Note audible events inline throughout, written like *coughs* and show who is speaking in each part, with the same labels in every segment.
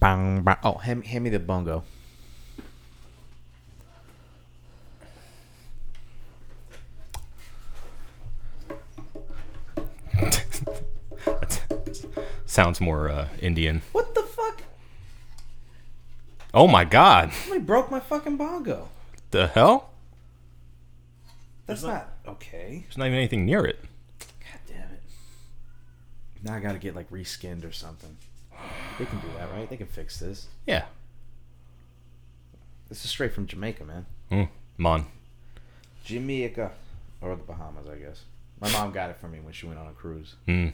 Speaker 1: bang, bang. Oh, hand, hand me the bongo.
Speaker 2: *laughs* Sounds more uh, Indian.
Speaker 1: What the fuck?
Speaker 2: Oh my god.
Speaker 1: Somebody broke my fucking bongo.
Speaker 2: The hell?
Speaker 1: That's not okay.
Speaker 2: There's not even anything near it.
Speaker 1: God damn it. Now I gotta get like reskinned or something. They can do that, right? They can fix this.
Speaker 2: Yeah.
Speaker 1: This is straight from Jamaica, man.
Speaker 2: Mm. Mon.
Speaker 1: Jamaica. Or the Bahamas, I guess. My mom got it for me when she went on a cruise.
Speaker 2: Mm.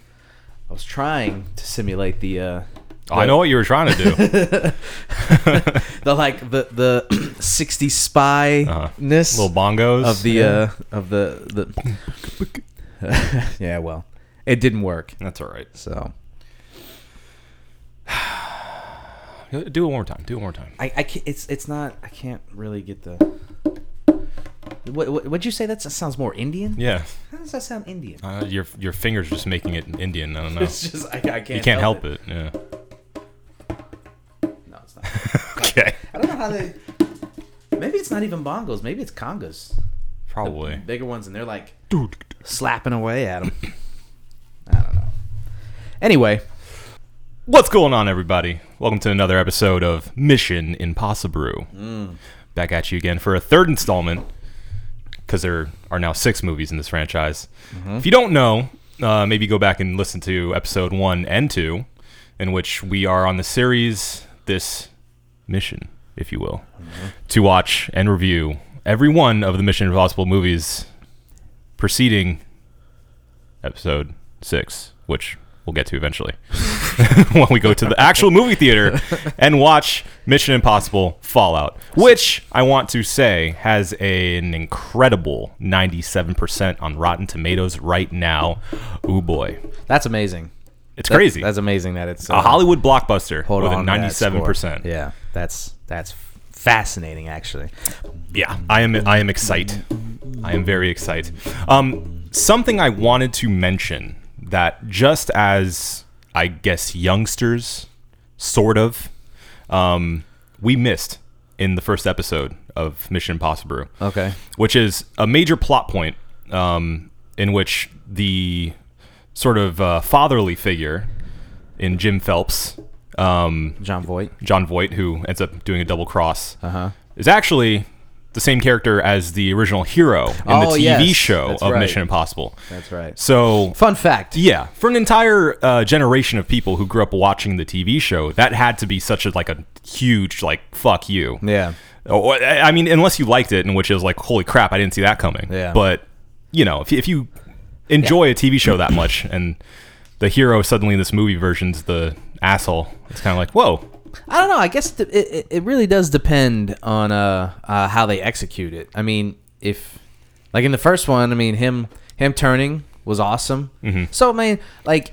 Speaker 1: I was trying to simulate the uh
Speaker 2: Oh, I know what you were trying to do.
Speaker 1: the like the the *clears throat* 60 spy ness
Speaker 2: Little bongos.
Speaker 1: of the
Speaker 2: Yeah.
Speaker 1: uh of the the *laughs* Yeah, well. It didn't work.
Speaker 2: That's all right.
Speaker 1: So
Speaker 2: Do it one more time. Do it one more time.
Speaker 1: I, I can't, it's it's not I can't really get the what, what would you say that sounds more Indian?
Speaker 2: Yeah.
Speaker 1: How does that sound Indian?
Speaker 2: Uh, your your fingers just making it Indian. I don't
Speaker 1: *laughs*
Speaker 2: know.
Speaker 1: It's just I, I can't.
Speaker 2: you can't help, it. Yeah. *laughs*
Speaker 1: No, *laughs* it's not.
Speaker 2: Okay.
Speaker 1: I don't know how they. Maybe it's not even bongos. Maybe it's congas. Oh,
Speaker 2: Probably.
Speaker 1: Bigger ones, and they're like
Speaker 2: Dude.
Speaker 1: slapping away at them. I don't know. Anyway,
Speaker 2: What's going on, everybody? Welcome to another episode of Mission Impossible. Back at you again for a third installment, because there are now six movies in this franchise. If you don't know, uh, maybe go back and listen to episode one and two, in which we are on the series this mission, if you will, to watch and review every one of the Mission Impossible movies preceding episode six, which we'll get to eventually *laughs* when we go to the actual
Speaker 1: *laughs*
Speaker 2: movie theater and watch Mission Impossible Fallout, which I want to say has an incredible 97% on Rotten Tomatoes right now. Ooh boy.
Speaker 1: that's amazing.
Speaker 2: It's crazy.
Speaker 1: That's amazing that it's uh,
Speaker 2: a Hollywood blockbuster
Speaker 1: hold
Speaker 2: with
Speaker 1: on
Speaker 2: a
Speaker 1: to that score.
Speaker 2: 97%.
Speaker 1: Yeah, that's that's fascinating actually.
Speaker 2: yeah i am i am excited i am very excited um something i wanted to mention that just as i guess youngsters sort of um we missed in the first episode of mission impossible
Speaker 1: Okay.
Speaker 2: which is a major plot point um, in which the sort of uh, fatherly figure in jim phelps um,
Speaker 1: John Voight.
Speaker 2: John Voight, who ends up doing a double cross,
Speaker 1: Uh-huh.
Speaker 2: is actually the same character as the original hero in
Speaker 1: Oh,
Speaker 2: the TV
Speaker 1: yes.
Speaker 2: show
Speaker 1: That's
Speaker 2: of
Speaker 1: right.
Speaker 2: Mission Impossible.
Speaker 1: That's right.
Speaker 2: So,
Speaker 1: Fun fact.
Speaker 2: yeah, for an entire uh, generation of people who grew up watching the TV show, that had to be such a like a huge like fuck you.
Speaker 1: Yeah.
Speaker 2: Oh, I I mean, unless you liked it, in which it was like, holy crap, I didn't see that coming.
Speaker 1: Yeah.
Speaker 2: But you know, if you, if you enjoy a TV show that much, and the hero suddenly in this movie version's the asshole, it's kind of like, whoa,
Speaker 1: I don't know. I guess it, it, it really does depend on uh, uh, how they execute it. I mean, if like in the first one, I mean him him turning was awesome.
Speaker 2: Mm-hmm.
Speaker 1: So I mean, like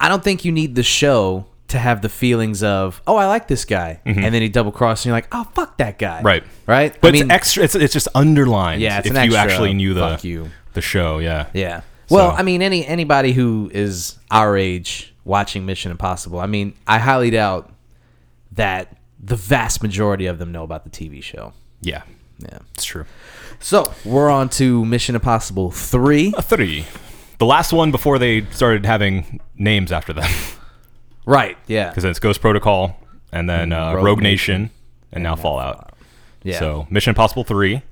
Speaker 1: I don't think you need the show to have the feelings of oh I like this guy, and then he double crosses and you're like oh fuck that guy,
Speaker 2: Mm-hmm. Right.
Speaker 1: right.
Speaker 2: But
Speaker 1: I mean,
Speaker 2: it's extra. It's, it's just underlined.
Speaker 1: Yeah, it's
Speaker 2: if
Speaker 1: an
Speaker 2: you
Speaker 1: extra,
Speaker 2: actually knew the
Speaker 1: "Fuck you."
Speaker 2: the show. Yeah.
Speaker 1: Yeah. Well,
Speaker 2: So-
Speaker 1: I mean, any anybody who is our age watching Mission Impossible, I mean, I highly doubt that the vast majority of them know about the TV show.
Speaker 2: Yeah.
Speaker 1: Yeah.
Speaker 2: It's true.
Speaker 1: So we're on to Mission Impossible
Speaker 2: *laughs*
Speaker 1: Three,
Speaker 2: A three. The last one before they started having names after them, *laughs*
Speaker 1: right? Yeah.
Speaker 2: because it's Ghost Protocol, and then uh,
Speaker 1: Rogue
Speaker 2: Rogue, Nation, and, now Fallout.
Speaker 1: Yeah.
Speaker 2: So Mission Impossible three,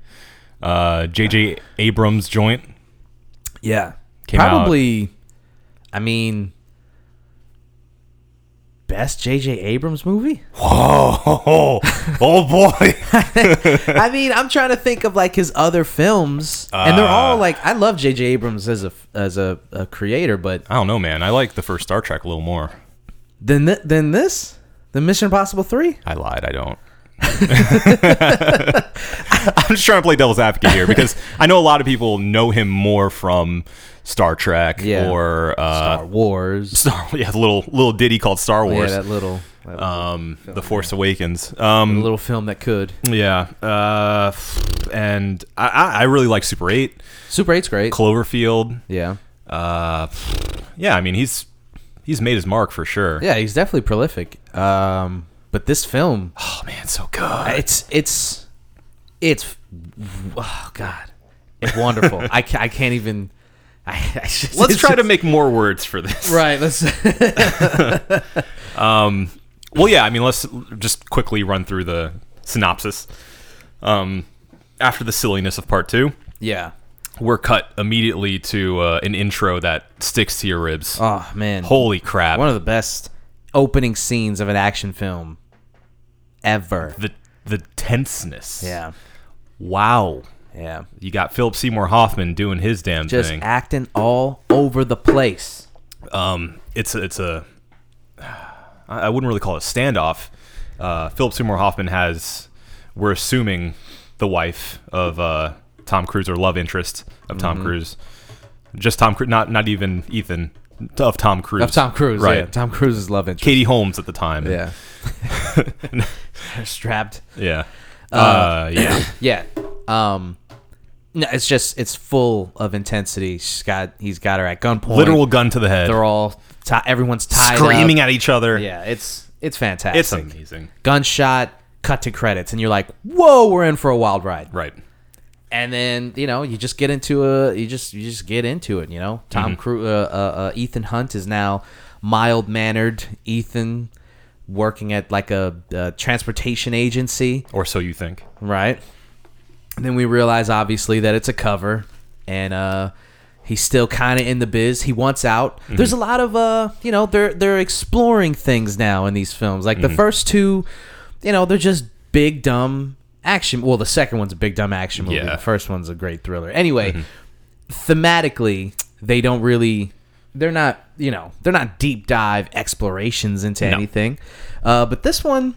Speaker 2: uh, J.J. Abrams joint.
Speaker 1: yeah.
Speaker 2: Came out-
Speaker 1: Probably. I mean, best J.J. Abrams
Speaker 2: *laughs*
Speaker 1: movie.
Speaker 2: Whoa! Oh
Speaker 1: *laughs*
Speaker 2: boy!
Speaker 1: I mean, I'm trying to think of like his other films, and
Speaker 2: Uh,
Speaker 1: they're all like I love J.J. Abrams as a as a, a creator, but
Speaker 2: I don't know, man. I like the first Star Trek a little more.
Speaker 1: Then th- then this? The Mission Impossible 3?
Speaker 2: I lied. I don't. *laughs* I'm just trying to play devil's advocate here because I know a lot of people know him more from Star Trek
Speaker 1: Yeah.
Speaker 2: or uh,
Speaker 1: Star Wars.
Speaker 2: Star. *laughs* Yeah, the little little ditty called Star
Speaker 1: Yeah,
Speaker 2: Wars.
Speaker 1: that little that
Speaker 2: um, The Force Awakens. Um,
Speaker 1: little film that could.
Speaker 2: yeah, uh, and I- I, I really like Super Eight,
Speaker 1: Super 8's great.
Speaker 2: Cloverfield.
Speaker 1: Yeah.
Speaker 2: Uh, yeah, I mean he's He's made his mark for sure.
Speaker 1: Yeah, he's definitely prolific. Um, but this
Speaker 2: *sighs*
Speaker 1: film,
Speaker 2: Oh man, so good.
Speaker 1: it's it's it's oh god, it's
Speaker 2: *laughs*
Speaker 1: wonderful. I, ca- I can't even. I, *laughs* I just,
Speaker 2: Let's
Speaker 1: it's
Speaker 2: try to
Speaker 1: just-
Speaker 2: make more words for this.
Speaker 1: right. Let's.
Speaker 2: *laughs* Well, yeah, I mean, let's just quickly run through the synopsis. Um, after the silliness of part two,
Speaker 1: yeah.
Speaker 2: we're cut immediately to uh, an intro that sticks to your ribs.
Speaker 1: Oh man.
Speaker 2: Holy crap!
Speaker 1: One of the best opening scenes of an action film ever.
Speaker 2: the the tenseness.
Speaker 1: Yeah.
Speaker 2: Wow.
Speaker 1: Yeah.
Speaker 2: You got Philip Seymour Hoffman doing his damn
Speaker 1: Just
Speaker 2: thing.
Speaker 1: acting all over the place.
Speaker 2: um, it's a, it's a I I wouldn't really call it a standoff. Uh, Philip Seymour Hoffman has we're assuming the wife of uh, Tom Cruise or love interest of Tom
Speaker 1: Mm-hmm.
Speaker 2: Cruise, just Tom Cruise, not not even Ethan of Tom Cruise
Speaker 1: Of Tom Cruise.
Speaker 2: right?
Speaker 1: Yeah. Tom Cruise's love interest.
Speaker 2: Katie Holmes at the time. *laughs*
Speaker 1: Yeah. They're strapped.
Speaker 2: yeah,
Speaker 1: *coughs*
Speaker 2: uh, yeah.
Speaker 1: Yeah. Um no, it's just it's full of intensity. She's got he's got her at gunpoint.
Speaker 2: Literal gun to the head,
Speaker 1: They're all ti everyone's tied
Speaker 2: screaming
Speaker 1: up.
Speaker 2: at each other.
Speaker 1: Yeah, it's it's fantastic.
Speaker 2: it's amazing.
Speaker 1: Gunshot, cut to credits, and you're like, "Whoa, we're in for a wild ride."
Speaker 2: Right.
Speaker 1: and then you know you just get into a you just you just get into it you know tom cruise uh, uh, uh, ethan hunt is now mild mannered ethan working at like a, uh transportation agency
Speaker 2: Or so you think.
Speaker 1: right and then we realize obviously that it's a cover and uh he's still kind of in the biz he wants out
Speaker 2: Mm-hmm.
Speaker 1: there's a lot of uh you know they're they're exploring things now in these films like
Speaker 2: Mm-hmm.
Speaker 1: the first two you know they're just big dumb action well the second one's a big dumb action movie
Speaker 2: Yeah. Mm-hmm.
Speaker 1: the first one's a great thriller anyway thematically they don't really they're not you know they're not deep dive explorations into
Speaker 2: No.
Speaker 1: anything uh but this one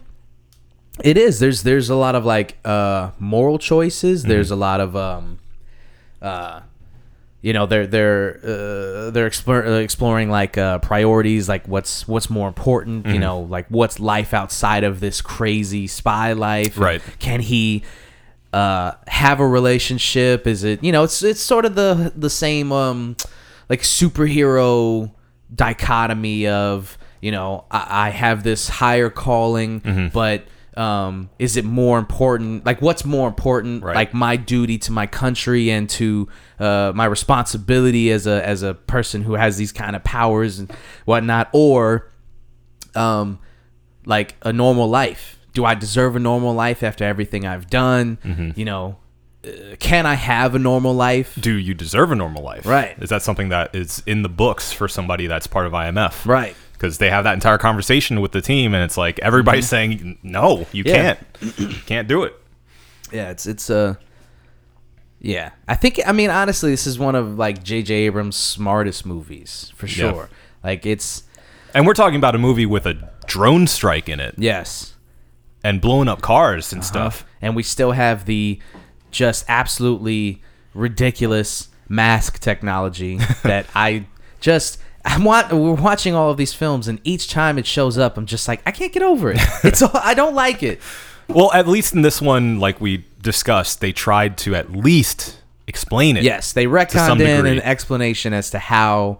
Speaker 1: it is there's there's a lot of like uh moral choices there's a lot of um uh you know they're they're uh, they're explore, uh, exploring like uh, priorities like what's what's more important you know like what's life outside of this crazy spy life
Speaker 2: Right.
Speaker 1: can he uh have a relationship is it you know it's it's sort of the the same um like superhero dichotomy of you know i, I have this higher calling but um is it more important like what's more important
Speaker 2: Right.
Speaker 1: like my duty to my country and to uh, my responsibility as a as a person who has these kind of powers and whatnot or um like a normal life do i deserve a normal life after everything i've done you know uh, can i have a normal life
Speaker 2: do you deserve a normal life?
Speaker 1: Right.
Speaker 2: Is that something that is in the books for somebody that's part of IMF?
Speaker 1: Right.
Speaker 2: Because they have that entire conversation with the team, and it's like everybody's saying, "No, you
Speaker 1: Mm-hmm. Yeah.
Speaker 2: can't, can't do it."
Speaker 1: yeah it's it's uh yeah i think i mean honestly this is one of like jj abrams smartest movies for
Speaker 2: Yeah.
Speaker 1: sure like it's
Speaker 2: And we're talking about a movie with a drone strike in it
Speaker 1: yes
Speaker 2: and blowing up cars
Speaker 1: Uh-huh.
Speaker 2: and stuff.
Speaker 1: and we still have the just absolutely ridiculous mask
Speaker 2: *laughs*
Speaker 1: technology that I just I'm wa- we're watching all of these films and each time it shows up I'm just like I can't get over
Speaker 2: *laughs*
Speaker 1: it. It's all, I don't like it.
Speaker 2: Well, at least in this one, like we discussed, they tried to at least explain it.
Speaker 1: Yes, they
Speaker 2: some
Speaker 1: retconned in
Speaker 2: degree.
Speaker 1: an explanation as to how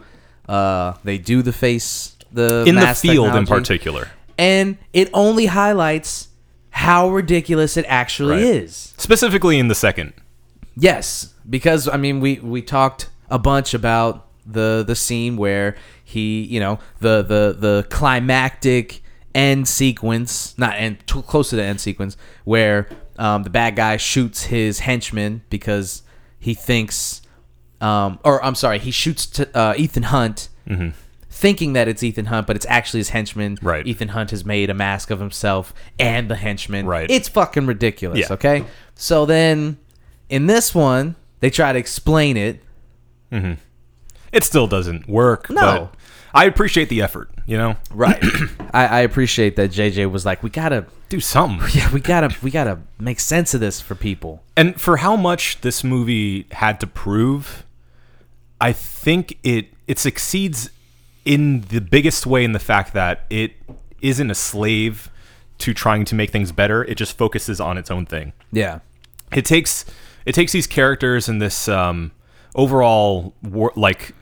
Speaker 1: uh, they do the face the
Speaker 2: In
Speaker 1: mask
Speaker 2: the field in
Speaker 1: technology.
Speaker 2: particular.
Speaker 1: and it only highlights how ridiculous it actually
Speaker 2: Right.
Speaker 1: is.
Speaker 2: Specifically in the second.
Speaker 1: Yes, because I mean we we talked a bunch about the the scene where he, you know, the the the climactic end sequence, not end too close to the end sequence where um, the bad guy shoots his henchman because he thinks um, or I'm sorry, he shoots t- uh, Ethan Hunt. Thinking that it's Ethan Hunt, but it's actually his henchman.
Speaker 2: Right.
Speaker 1: Ethan Hunt has made a mask of himself and the henchman.
Speaker 2: Right.
Speaker 1: It's fucking ridiculous.
Speaker 2: Yeah.
Speaker 1: Okay. So then, in this one, they try to explain it.
Speaker 2: It still doesn't work.
Speaker 1: No.
Speaker 2: But I appreciate the effort, you know?
Speaker 1: Right. *clears throat* I, I appreciate that JJ was like, we gotta,
Speaker 2: Do something.
Speaker 1: yeah, we gotta, we gotta make sense of this for people.
Speaker 2: And for how much this movie had to prove, I think it it succeeds in the biggest way in the fact that it isn't a slave to trying to make things better. It just focuses on its own thing.
Speaker 1: Yeah.
Speaker 2: It takes it takes these characters and this um, overall war, like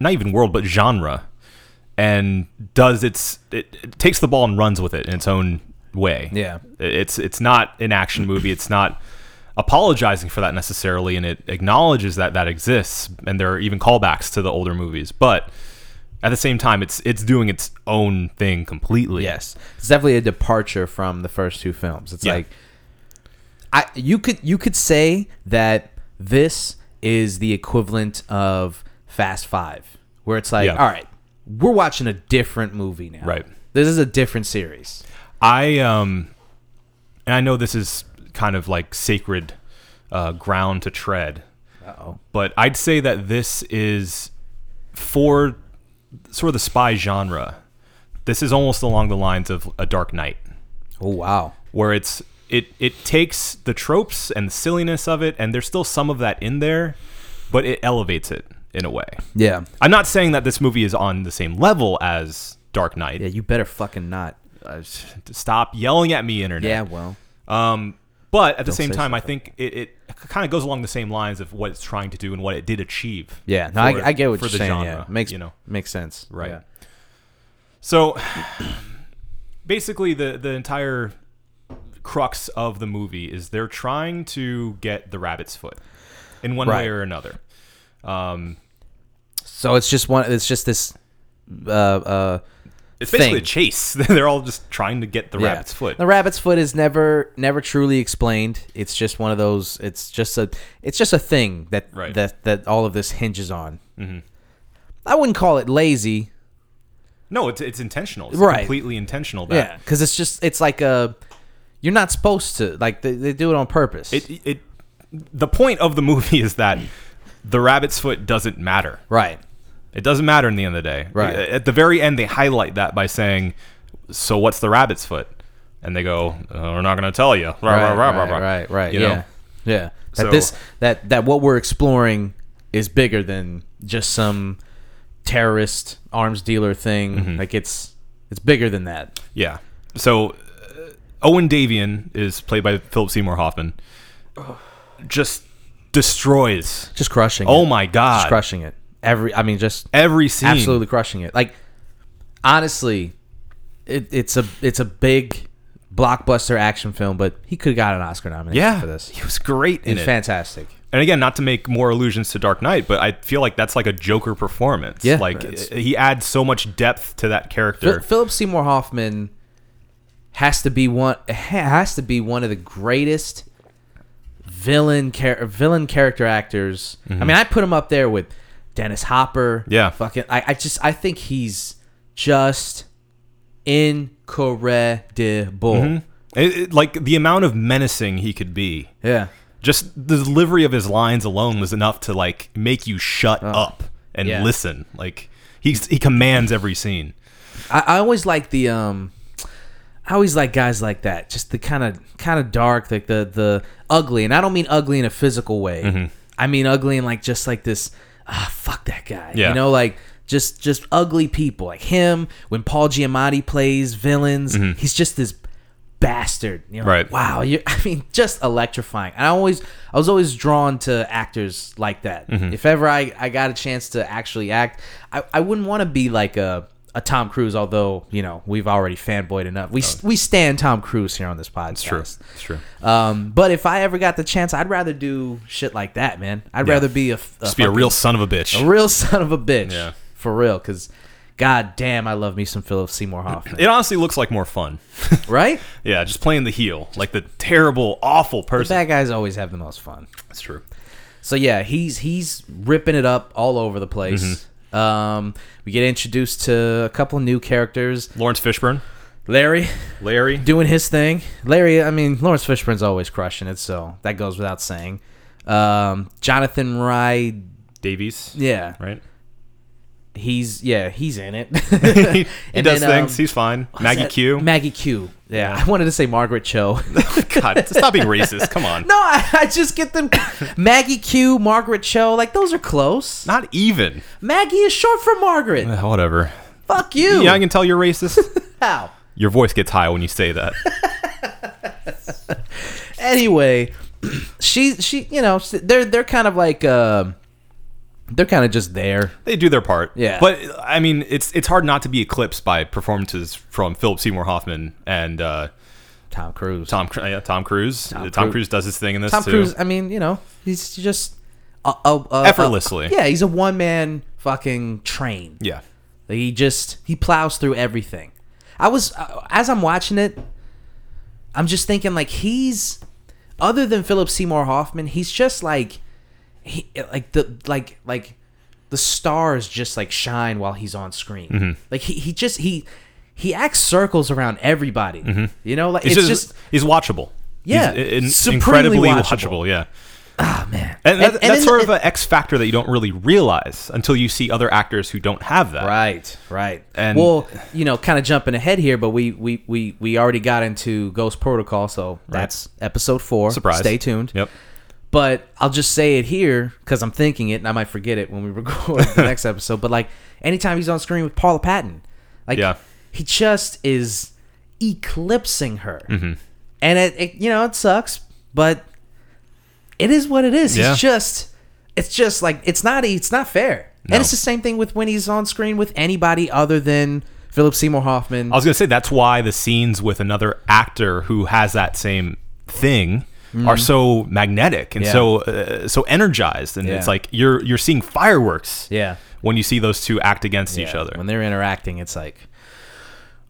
Speaker 2: not even world but genre and does its it, it takes the ball and runs with it in its own way.
Speaker 1: Yeah.
Speaker 2: It's it's not an action movie. It's not apologizing for that necessarily, and it acknowledges that that exists, and there are even callbacks to the older movies, but at the same time, it's it's doing its own thing completely.
Speaker 1: Yes, it's definitely a departure from the first two films. It's
Speaker 2: Yeah.
Speaker 1: like I you could you could say that this is the equivalent of Fast Five, where it's like,
Speaker 2: Yeah.
Speaker 1: all right, we're watching a different movie now.
Speaker 2: Right.
Speaker 1: This is a different series.
Speaker 2: I um, and I know this is kind of like sacred uh, ground to tread,
Speaker 1: Uh-oh.
Speaker 2: but I'd say that this is for sort of the spy genre. This is almost along the lines of a Dark Knight,
Speaker 1: Oh wow.
Speaker 2: where it's it it takes the tropes and the silliness of it, and there's still some of that in there, but it elevates it in a way.
Speaker 1: Yeah.
Speaker 2: I'm not saying that this movie is on the same level as Dark Knight.
Speaker 1: Yeah. You better fucking not.
Speaker 2: Uh, stop yelling at me, internet.
Speaker 1: Yeah. Well.
Speaker 2: Um, but at the same
Speaker 1: say
Speaker 2: time, I think it, it kind of goes along the same lines of what it's trying to do and what it did achieve.
Speaker 1: Yeah. No, I,
Speaker 2: for-
Speaker 1: I get what
Speaker 2: for
Speaker 1: you're
Speaker 2: the
Speaker 1: saying. yeah.
Speaker 2: genre,
Speaker 1: Makes
Speaker 2: you know
Speaker 1: makes sense.
Speaker 2: right.
Speaker 1: Yeah.
Speaker 2: So *clears throat* basically, the the entire crux of the movie is they're trying to get the rabbit's foot in one way
Speaker 1: Right.
Speaker 2: or another. Um,
Speaker 1: So it's just one. It's just this. Uh. Uh.
Speaker 2: it's basically a
Speaker 1: Thing.
Speaker 2: chase. *laughs* they're all just trying to get the
Speaker 1: Yeah.
Speaker 2: rabbit's foot.
Speaker 1: The rabbit's foot is never never truly explained. It's just one of those. It's just a it's just a thing that
Speaker 2: Right. Mm-hmm.
Speaker 1: that that all of this hinges on. I wouldn't call it lazy,
Speaker 2: No, it's it's intentional. It's
Speaker 1: Right.
Speaker 2: completely intentional. That
Speaker 1: yeah, because it's just it's like a you're not supposed to like they, they do it on purpose.
Speaker 2: it it the point of the movie is that the rabbit's foot doesn't matter.
Speaker 1: right.
Speaker 2: It doesn't matter in the end of the day.
Speaker 1: Right.
Speaker 2: At the very end, they highlight that by saying, "So what's the rabbit's foot?" And they go, uh, "We're not going to tell you." Rah, rah,
Speaker 1: Right.
Speaker 2: rah, rah,
Speaker 1: Right.
Speaker 2: rah.
Speaker 1: Right. Right.
Speaker 2: You
Speaker 1: yeah.
Speaker 2: know?
Speaker 1: Yeah. That
Speaker 2: So-
Speaker 1: this that that what we're exploring is bigger than just some terrorist arms dealer thing.
Speaker 2: Mm-hmm.
Speaker 1: Like it's it's bigger than that.
Speaker 2: Yeah. So uh, Owen Davian is played by Philip Seymour Hoffman. Just destroys.
Speaker 1: Just crushing.
Speaker 2: Oh
Speaker 1: it.
Speaker 2: my
Speaker 1: Just
Speaker 2: god!
Speaker 1: crushing it. Every, I mean, just
Speaker 2: Every scene.
Speaker 1: absolutely crushing it. Like, honestly, it, it's a it's a big blockbuster action film, but he could have got an Oscar nomination
Speaker 2: Yeah.
Speaker 1: for this.
Speaker 2: He was great in
Speaker 1: It's
Speaker 2: it.
Speaker 1: fantastic.
Speaker 2: and again, not to make more allusions to Dark Knight, but I feel like that's like a Joker performance.
Speaker 1: Yeah.
Speaker 2: Like eh,
Speaker 1: It's-
Speaker 2: he adds so much depth to that
Speaker 1: Phil
Speaker 2: character.
Speaker 1: Philip Seymour Hoffman has to be one has to be one of the greatest villain char- villain character actors. I mean, I put him up there with Dennis Hopper.
Speaker 2: Yeah.
Speaker 1: fucking. I, I just I think he's just incredible.
Speaker 2: Mm-hmm. It- it- like the amount of menacing he could be,
Speaker 1: Yeah.
Speaker 2: just the delivery of his lines alone was enough to like make you shut up and
Speaker 1: Oh. yeah.
Speaker 2: listen. Like he's he commands every scene.
Speaker 1: I, I always like the um I always like guys like that. Just the kind of kind of dark, like the the ugly, and I don't mean ugly in a physical way. I mean ugly in like just like this. Ah, fuck that guy.
Speaker 2: Yeah.
Speaker 1: You know, like just just ugly people like him. When Paul Giamatti plays villains, he's just this bastard. You know,
Speaker 2: Right.
Speaker 1: Wow. You, *laughs* I mean, just electrifying. And I always I was always drawn to actors like that.
Speaker 2: Mm-hmm.
Speaker 1: If ever I I got a chance to actually act, I I wouldn't want to be like a a Tom Cruise, although you know we've already fanboyed enough, we we stand Tom Cruise here on this podcast.
Speaker 2: it's true.
Speaker 1: Um, but if I ever got the chance, I'd rather do shit like that, man. I'd rather be a, f- a
Speaker 2: Just be a
Speaker 1: fucking- Oh.
Speaker 2: real son of a bitch.
Speaker 1: a real *laughs* son of a bitch,
Speaker 2: Yeah.
Speaker 1: for real. Because, god damn, I love me some Philip Seymour Hoffman,
Speaker 2: It honestly looks like more fun. *laughs*
Speaker 1: right?
Speaker 2: yeah, just playing the heel, like the terrible, awful person.
Speaker 1: Bad guys always have the most fun.
Speaker 2: That's true.
Speaker 1: So yeah, he's he's ripping it up all over the place. Um, we get introduced to a couple new characters.
Speaker 2: Lawrence Fishburne,
Speaker 1: Larry, *laughs*
Speaker 2: Larry.
Speaker 1: doing his thing. Larry, I mean, Lawrence Fishburne's always crushing it, so that goes without saying. Um, Jonathan Rye,
Speaker 2: Davies,
Speaker 1: yeah,
Speaker 2: right?
Speaker 1: he's yeah, he's in it.
Speaker 2: *laughs* he
Speaker 1: *laughs* And
Speaker 2: does
Speaker 1: then,
Speaker 2: things.
Speaker 1: um,
Speaker 2: He's fine. Maggie
Speaker 1: Is that-
Speaker 2: Q.
Speaker 1: Maggie Q. Yeah, I wanted to say Margaret Cho. *laughs*
Speaker 2: God, stop being racist. Come on.
Speaker 1: no, I, I just get them Maggie Q, Margaret Cho. Like those are close.
Speaker 2: Not even.
Speaker 1: Maggie is short for Margaret.
Speaker 2: Whatever.
Speaker 1: Fuck you.
Speaker 2: Yeah, I can tell you're racist.
Speaker 1: How?
Speaker 2: *laughs* Your voice gets high when you say
Speaker 1: *laughs*
Speaker 2: that.
Speaker 1: anyway, she she you know s- they're they're kind of like uh, They're kind of just there.
Speaker 2: They do their part.
Speaker 1: Yeah.
Speaker 2: But I mean, it's it's hard not to be eclipsed by performances from Philip Seymour Hoffman and uh,
Speaker 1: Tom Cruise.
Speaker 2: Tom Cru- yeah, Tom Cruise. Tom,
Speaker 1: Cruise.
Speaker 2: Cruise. does his thing in this
Speaker 1: Tom
Speaker 2: too.
Speaker 1: Cruise. I mean, you know, he's just a, a, a,
Speaker 2: Effortlessly.
Speaker 1: a- yeah, he's a one man fucking train.
Speaker 2: Yeah.
Speaker 1: He just he plows through everything. I was uh, as I'm watching it, I'm just thinking like he's other than Philip Seymour Hoffman, he's just like he like the like like the stars just like shine while he's on screen.
Speaker 2: Mm-hmm.
Speaker 1: Like he, he just he he acts circles around everybody. You know, like
Speaker 2: He's
Speaker 1: it's,
Speaker 2: Mm-hmm. just,
Speaker 1: just
Speaker 2: he's watchable.
Speaker 1: Yeah,
Speaker 2: He's in-
Speaker 1: supremely
Speaker 2: incredibly
Speaker 1: watchable.
Speaker 2: watchable. Yeah.
Speaker 1: oh man.
Speaker 2: And, that, that's
Speaker 1: in-
Speaker 2: sort of an X factor that you don't really realize until you see other actors who don't have that.
Speaker 1: Right, right.
Speaker 2: And-
Speaker 1: well, you know, kind of jumping ahead here, but we we we we already got into Ghost Protocol, so that's episode four.
Speaker 2: Surprise.
Speaker 1: Stay tuned.
Speaker 2: Yep.
Speaker 1: But I'll just say it here because I'm thinking it, and I might forget it when we *laughs* record the
Speaker 2: *laughs*
Speaker 1: next episode. But like, anytime he's on screen with Paula Patton, like,
Speaker 2: Yeah.
Speaker 1: he just is eclipsing her,
Speaker 2: Mm-hmm.
Speaker 1: and it, it you know it sucks, but it is what it is.
Speaker 2: Yeah.
Speaker 1: He's just it's just like it's not e, it's not fair.
Speaker 2: No.
Speaker 1: And it's the same thing with when he's on screen with anybody other than Philip Seymour Hoffman.
Speaker 2: I was gonna say that's why the scenes with another actor who has that same thing are so magnetic and
Speaker 1: Mm-hmm. Yeah.
Speaker 2: so uh, so energized, and it's
Speaker 1: Yeah.
Speaker 2: like you're you're seeing fireworks.
Speaker 1: yeah.
Speaker 2: When you see those two act against each
Speaker 1: Yeah.
Speaker 2: other.
Speaker 1: When they're interacting, it's like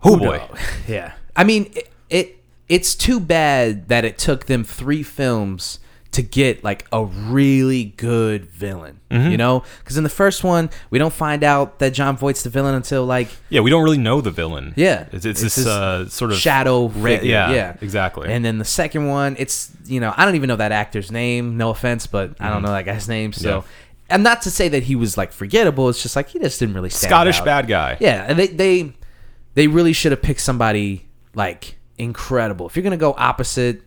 Speaker 2: oh boy.
Speaker 1: *laughs* yeah. I mean, it, it it's too bad that it took them three films to get like a really good villain.
Speaker 2: Mm-hmm.
Speaker 1: You know, because in the first one, we don't find out that John Voight's the villain until like
Speaker 2: Yeah, we don't really know the villain.
Speaker 1: Yeah.
Speaker 2: It's, it's,
Speaker 1: It's
Speaker 2: this
Speaker 1: this
Speaker 2: uh, sort of
Speaker 1: shadow
Speaker 2: Ra-
Speaker 1: figure.
Speaker 2: yeah,
Speaker 1: Yeah,
Speaker 2: exactly.
Speaker 1: And then the second one, it's you know I don't even know that actor's name. No offense, but I don't
Speaker 2: Mm-hmm.
Speaker 1: know that guy's name. So, and not to say that he was like forgettable. It's just like he just didn't really stand
Speaker 2: Scottish
Speaker 1: out.
Speaker 2: bad guy.
Speaker 1: Yeah, and they they they really should have picked somebody like incredible. If you're gonna go opposite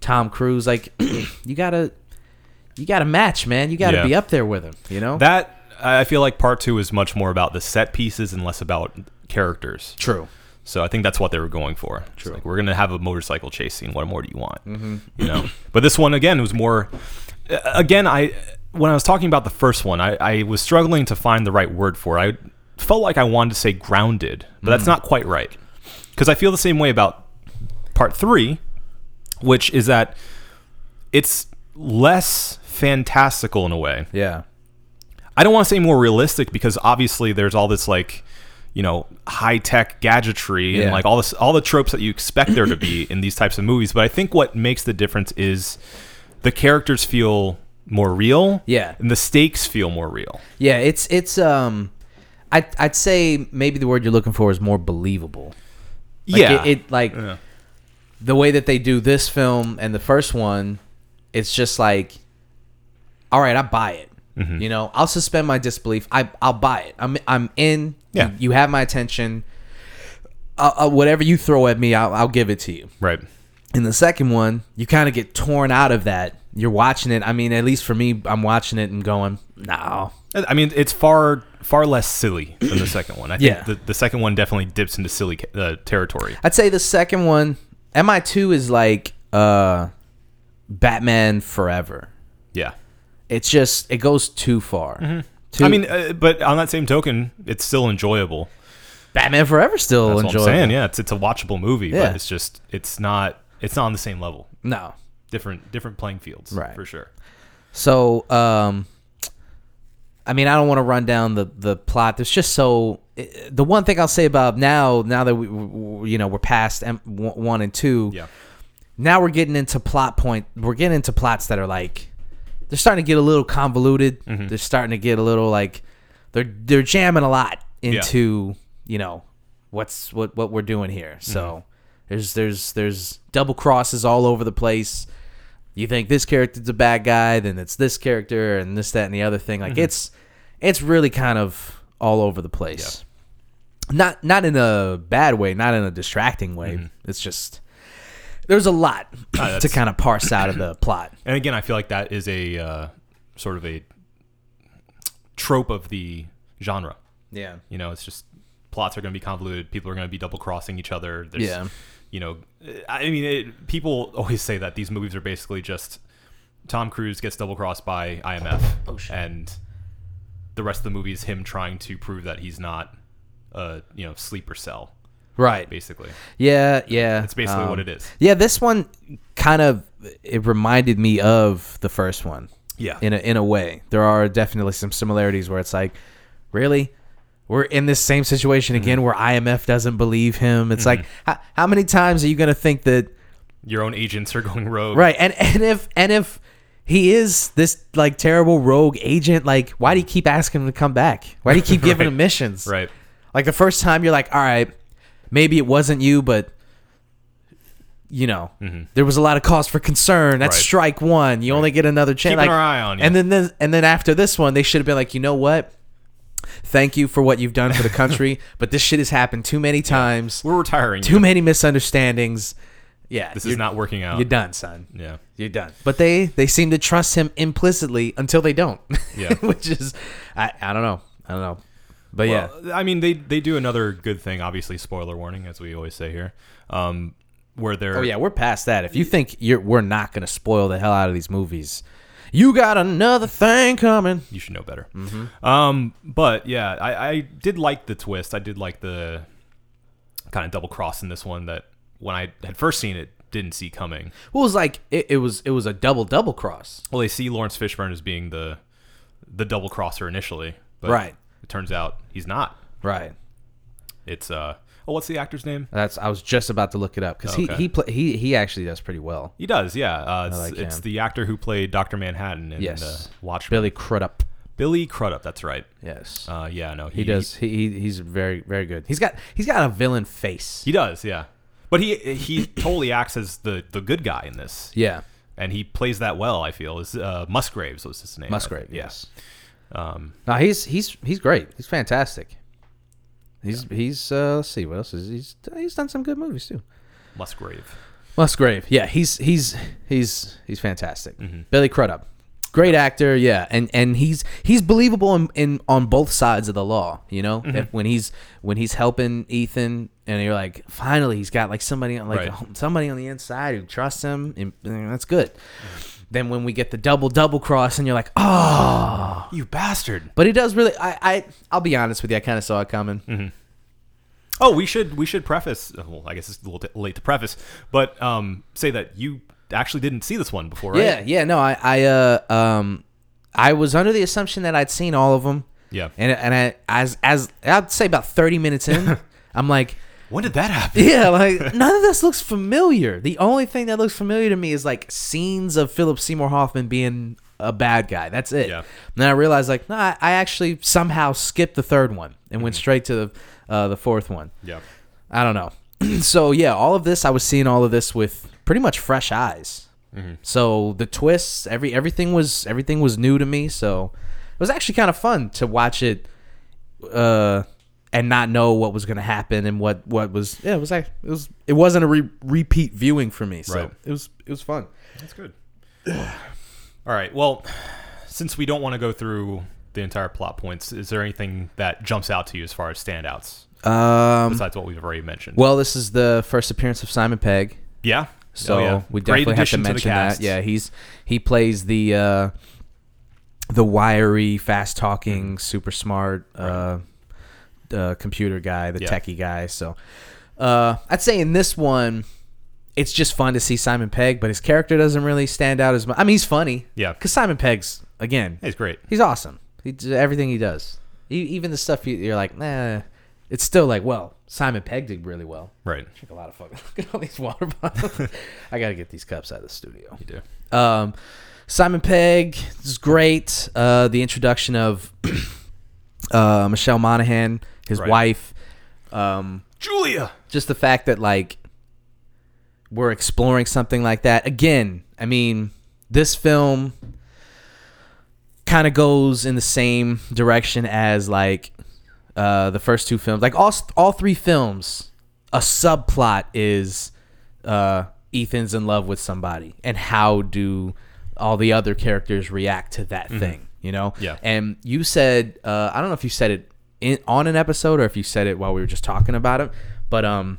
Speaker 1: Tom Cruise, like *clears throat* you gotta you gotta match, man. You gotta
Speaker 2: Yeah.
Speaker 1: be up there with him. You know
Speaker 2: That I I feel like part two is much more about the set pieces and less about characters.
Speaker 1: true.
Speaker 2: So I think that's what they were going for. It's
Speaker 1: True.
Speaker 2: like, we're gonna have a motorcycle chase scene. What more do you want? You know. but this one again was more. uh, Again, I when I was talking about the first one, I, I was struggling to find the right word for. it. I felt like I wanted to say grounded, but that's not quite right because I feel the same way about part three, which is that it's less fantastical in a way.
Speaker 1: Yeah,
Speaker 2: I don't want to say more realistic because obviously there's all this like, you know, high tech gadgetry and
Speaker 1: Yeah.
Speaker 2: like all this all the tropes that you expect there
Speaker 1: *clears throat*
Speaker 2: to be in these types of movies. But I think what makes the difference is the characters feel more real.
Speaker 1: Yeah.
Speaker 2: And the stakes feel more real.
Speaker 1: yeah. It's it's um, I I'd say maybe the word you're looking for is more believable. Like,
Speaker 2: yeah.
Speaker 1: it, it like
Speaker 2: Yeah.
Speaker 1: the way that they do this film and the first one, it's just like, all right, I buy it.
Speaker 2: Mm-hmm.
Speaker 1: You know, I'll suspend my disbelief. I I'll buy it. I'm I'm in.
Speaker 2: Yeah.
Speaker 1: you, you have my attention. Uh, uh, whatever you throw at me, I'll, I'll give it to you.
Speaker 2: right.
Speaker 1: In the second one, you kind of get torn out of that. You're watching it. I mean, at least for me, I'm watching it and going, no,
Speaker 2: I mean, it's far far less silly than the second one. I think
Speaker 1: Yeah.
Speaker 2: the, the second one definitely dips into silly ca- uh, territory.
Speaker 1: I'd say the second one, MI2 is like uh, Batman Forever.
Speaker 2: Yeah.
Speaker 1: It's just it goes too far. Too,
Speaker 2: I mean, uh, but on that same token, it's still enjoyable.
Speaker 1: Batman Forever still
Speaker 2: That's
Speaker 1: enjoyable.
Speaker 2: what I'm saying. Yeah, it's it's a watchable movie,
Speaker 1: Yeah.
Speaker 2: but it's just it's not it's not on the same level.
Speaker 1: No,
Speaker 2: Different different playing fields,
Speaker 1: Right.
Speaker 2: For sure.
Speaker 1: so um, I mean, I don't want to run down the the plot. There's just so it- the one thing I'll say about now, now that we, we- you know we're past M- one and two,
Speaker 2: Yeah,
Speaker 1: now we're getting into plot point. We're getting into plots that are like they're starting to get a little convoluted. They're starting to get a little like they're they're jamming a lot into you know what's what what we're doing here. So there's there's there's double crosses all over the place. You think this character's a bad guy, then it's this character and this that and the other thing. Like it's it's really kind of all over the place. Not not in a bad way, not in a distracting way. It's just there's a lot to
Speaker 2: Mm-hmm. Ah, that's-
Speaker 1: kind of parse out of the
Speaker 2: *coughs*
Speaker 1: plot.
Speaker 2: and again, I feel like that is a uh, sort of a trope of the genre.
Speaker 1: Yeah.
Speaker 2: You know, it's just plots are going to be convoluted. People are going to be double crossing each other. There's,
Speaker 1: Yeah.
Speaker 2: You know, I mean, it, people always say that these movies are basically just Tom Cruise gets double crossed by IMF
Speaker 1: Oh, shit.
Speaker 2: and the rest of the movie is him trying to prove that he's not a you know sleeper cell,
Speaker 1: Right.
Speaker 2: basically.
Speaker 1: Yeah, yeah. um,
Speaker 2: That's basically what it is.
Speaker 1: Yeah, this one kind of it reminded me of the first one.
Speaker 2: Yeah.
Speaker 1: In a in a way. There are definitely some similarities where it's like, really? We're in this same
Speaker 2: Mm-hmm.
Speaker 1: situation again where IMF doesn't believe him. It's like how, how many times are you going to think that
Speaker 2: Your own agents are going rogue.
Speaker 1: right and and if and if he is this like terrible rogue agent like why do you keep asking him to come back? Why do you keep giving
Speaker 2: *laughs* Right.
Speaker 1: him missions?
Speaker 2: Right.
Speaker 1: Like the first time you're like, all right, maybe it wasn't you, but you know, there was a lot of cause for concern. That's
Speaker 2: Mm-hmm. Right.
Speaker 1: strike one. You only get another chance.
Speaker 2: Keeping
Speaker 1: like,
Speaker 2: our eye on you.
Speaker 1: And then, this, and then after this one, they should have been like, you know what? Thank you for what you've done for the
Speaker 2: *laughs*
Speaker 1: country, but this shit has happened too many times.
Speaker 2: We're retiring.
Speaker 1: Too many misunderstandings. Yeah,
Speaker 2: this
Speaker 1: you're-
Speaker 2: is not working out.
Speaker 1: You're done, son.
Speaker 2: Yeah.
Speaker 1: You're done. But they they seem to trust him implicitly until they don't.
Speaker 2: Yeah.
Speaker 1: *laughs* which is, I I don't know, I don't know, but yeah.
Speaker 2: Well, I mean, they they do another good thing. Obviously, spoiler warning, as we always say here, um, where they're
Speaker 1: Oh yeah, we're past that. If you think you're we're not gonna spoil the hell out of these movies, you got another thing coming.
Speaker 2: you should know better.
Speaker 1: Mm-hmm.
Speaker 2: Um, but yeah, I, I did like the twist. I did like the kind of double cross in this one that when I had first seen it, didn't see coming.
Speaker 1: Well, it was like it, it was it was a double double cross.
Speaker 2: Well, they see Lawrence Fishburne as being the the double crosser initially, but
Speaker 1: Right.
Speaker 2: It turns out he's not.
Speaker 1: Right.
Speaker 2: It's uh oh, what's the actor's name?
Speaker 1: That's I was just about to look it up because
Speaker 2: Okay.
Speaker 1: he he, play, he he actually does pretty well.
Speaker 2: He does, yeah. Uh, it's,
Speaker 1: like
Speaker 2: it's
Speaker 1: him.
Speaker 2: the actor who played Doctor Manhattan in
Speaker 1: Yes.
Speaker 2: uh, Watchmen.
Speaker 1: Billy Crudup.
Speaker 2: Billy Crudup, that's right.
Speaker 1: Yes.
Speaker 2: Uh, yeah, no, he,
Speaker 1: he does. He, he he's very very good. He's got he's got a villain face.
Speaker 2: He does, yeah. But he he totally acts as the the good guy in this,
Speaker 1: yeah.
Speaker 2: and he plays that well. I feel is uh, Musgraves was his name. I
Speaker 1: Musgrave.
Speaker 2: think,
Speaker 1: Yes.
Speaker 2: Um,
Speaker 1: No, he's he's he's great. He's fantastic. He's he's uh, let's see what else is he's he's done some good movies too.
Speaker 2: Musgrave.
Speaker 1: Musgrave, yeah, he's he's he's he's fantastic. Billy Crudup, great actor, Mm-hmm. yeah, and and he's he's believable in, in on both sides of the law. You know, if, when he's when he's helping Ethan, and you're like, finally, he's got like somebody on like
Speaker 2: Right.
Speaker 1: somebody on the inside who trusts him, and, and that's good. Then when we get the double double cross, and you're like, oh,
Speaker 2: You bastard!
Speaker 1: but he does really. I I I'll be honest with you, I kind of saw it coming.
Speaker 2: Oh, we should we should preface. uh, Well, I guess it's a little t- late to preface, but um, say that you actually didn't see this one before, right?
Speaker 1: Yeah, yeah, no, I I uh um I was under the assumption that I'd seen all of them.
Speaker 2: Yeah.
Speaker 1: And and I as as I'd say about 30 minutes
Speaker 2: *laughs*
Speaker 1: in, I'm like,
Speaker 2: When did that
Speaker 1: *laughs*
Speaker 2: happen?
Speaker 1: yeah, like none of this looks familiar. The only thing that looks familiar to me is like scenes of Philip Seymour Hoffman being a bad guy. That's it.
Speaker 2: Yeah.
Speaker 1: And then I realized like, no, I, I actually somehow skipped the third one and
Speaker 2: Mm-hmm.
Speaker 1: went straight to the uh, the fourth one.
Speaker 2: Yeah.
Speaker 1: I don't know. *clears throat* so yeah, all of this I was seeing all of this with pretty much fresh eyes. So the twists, every everything was everything was new to me. So it was actually kind of fun to watch it, uh, and not know what was going to happen and what what was. Yeah, it was like it was it wasn't a re- repeat viewing for me. So
Speaker 2: Right.
Speaker 1: it was it was fun.
Speaker 2: That's good. All right. Well, since we don't want to go through the entire plot points, is there anything that jumps out to you as far as standouts
Speaker 1: Um,
Speaker 2: besides what we've already mentioned?
Speaker 1: well, this is the first appearance of Simon Pegg.
Speaker 2: yeah.
Speaker 1: So
Speaker 2: Oh, yeah.
Speaker 1: we definitely
Speaker 2: Great
Speaker 1: have to
Speaker 2: addition the
Speaker 1: mention that.
Speaker 2: cast.
Speaker 1: Yeah, he's he plays the uh, the wiry, fast
Speaker 2: Mm-hmm.
Speaker 1: talking, super smart uh, uh, computer guy, the
Speaker 2: Yeah.
Speaker 1: techie guy. So uh, I'd say in this one, it's just fun to see Simon Pegg, but his character doesn't really stand out as much. I mean, he's funny.
Speaker 2: Yeah.
Speaker 1: because Simon Pegg's again,
Speaker 2: He's great.
Speaker 1: he's awesome. He d- everything he does, e- even the stuff you, you're like, nah, it's still like, well, Simon Pegg did really well
Speaker 2: Right.
Speaker 1: drink a lot of fucking. *laughs* Look at all these water bottles. *laughs* I gotta get these cups out of the studio.
Speaker 2: You do.
Speaker 1: Um, Simon Pegg is great. Uh, the introduction of *clears throat* uh, Michelle Monaghan, his
Speaker 2: Right.
Speaker 1: wife. Um,
Speaker 2: Julia.
Speaker 1: just the fact that like we're exploring something like that again. I mean, this film kind of goes in the same direction as like uh, the first two films. Like all all three films, a subplot is uh, Ethan's in love with somebody, and how do all the other characters react to that thing? You know.
Speaker 2: Yeah.
Speaker 1: And you said uh, I don't know if you said it in, on an episode or if you said it while we were just talking about it, but um,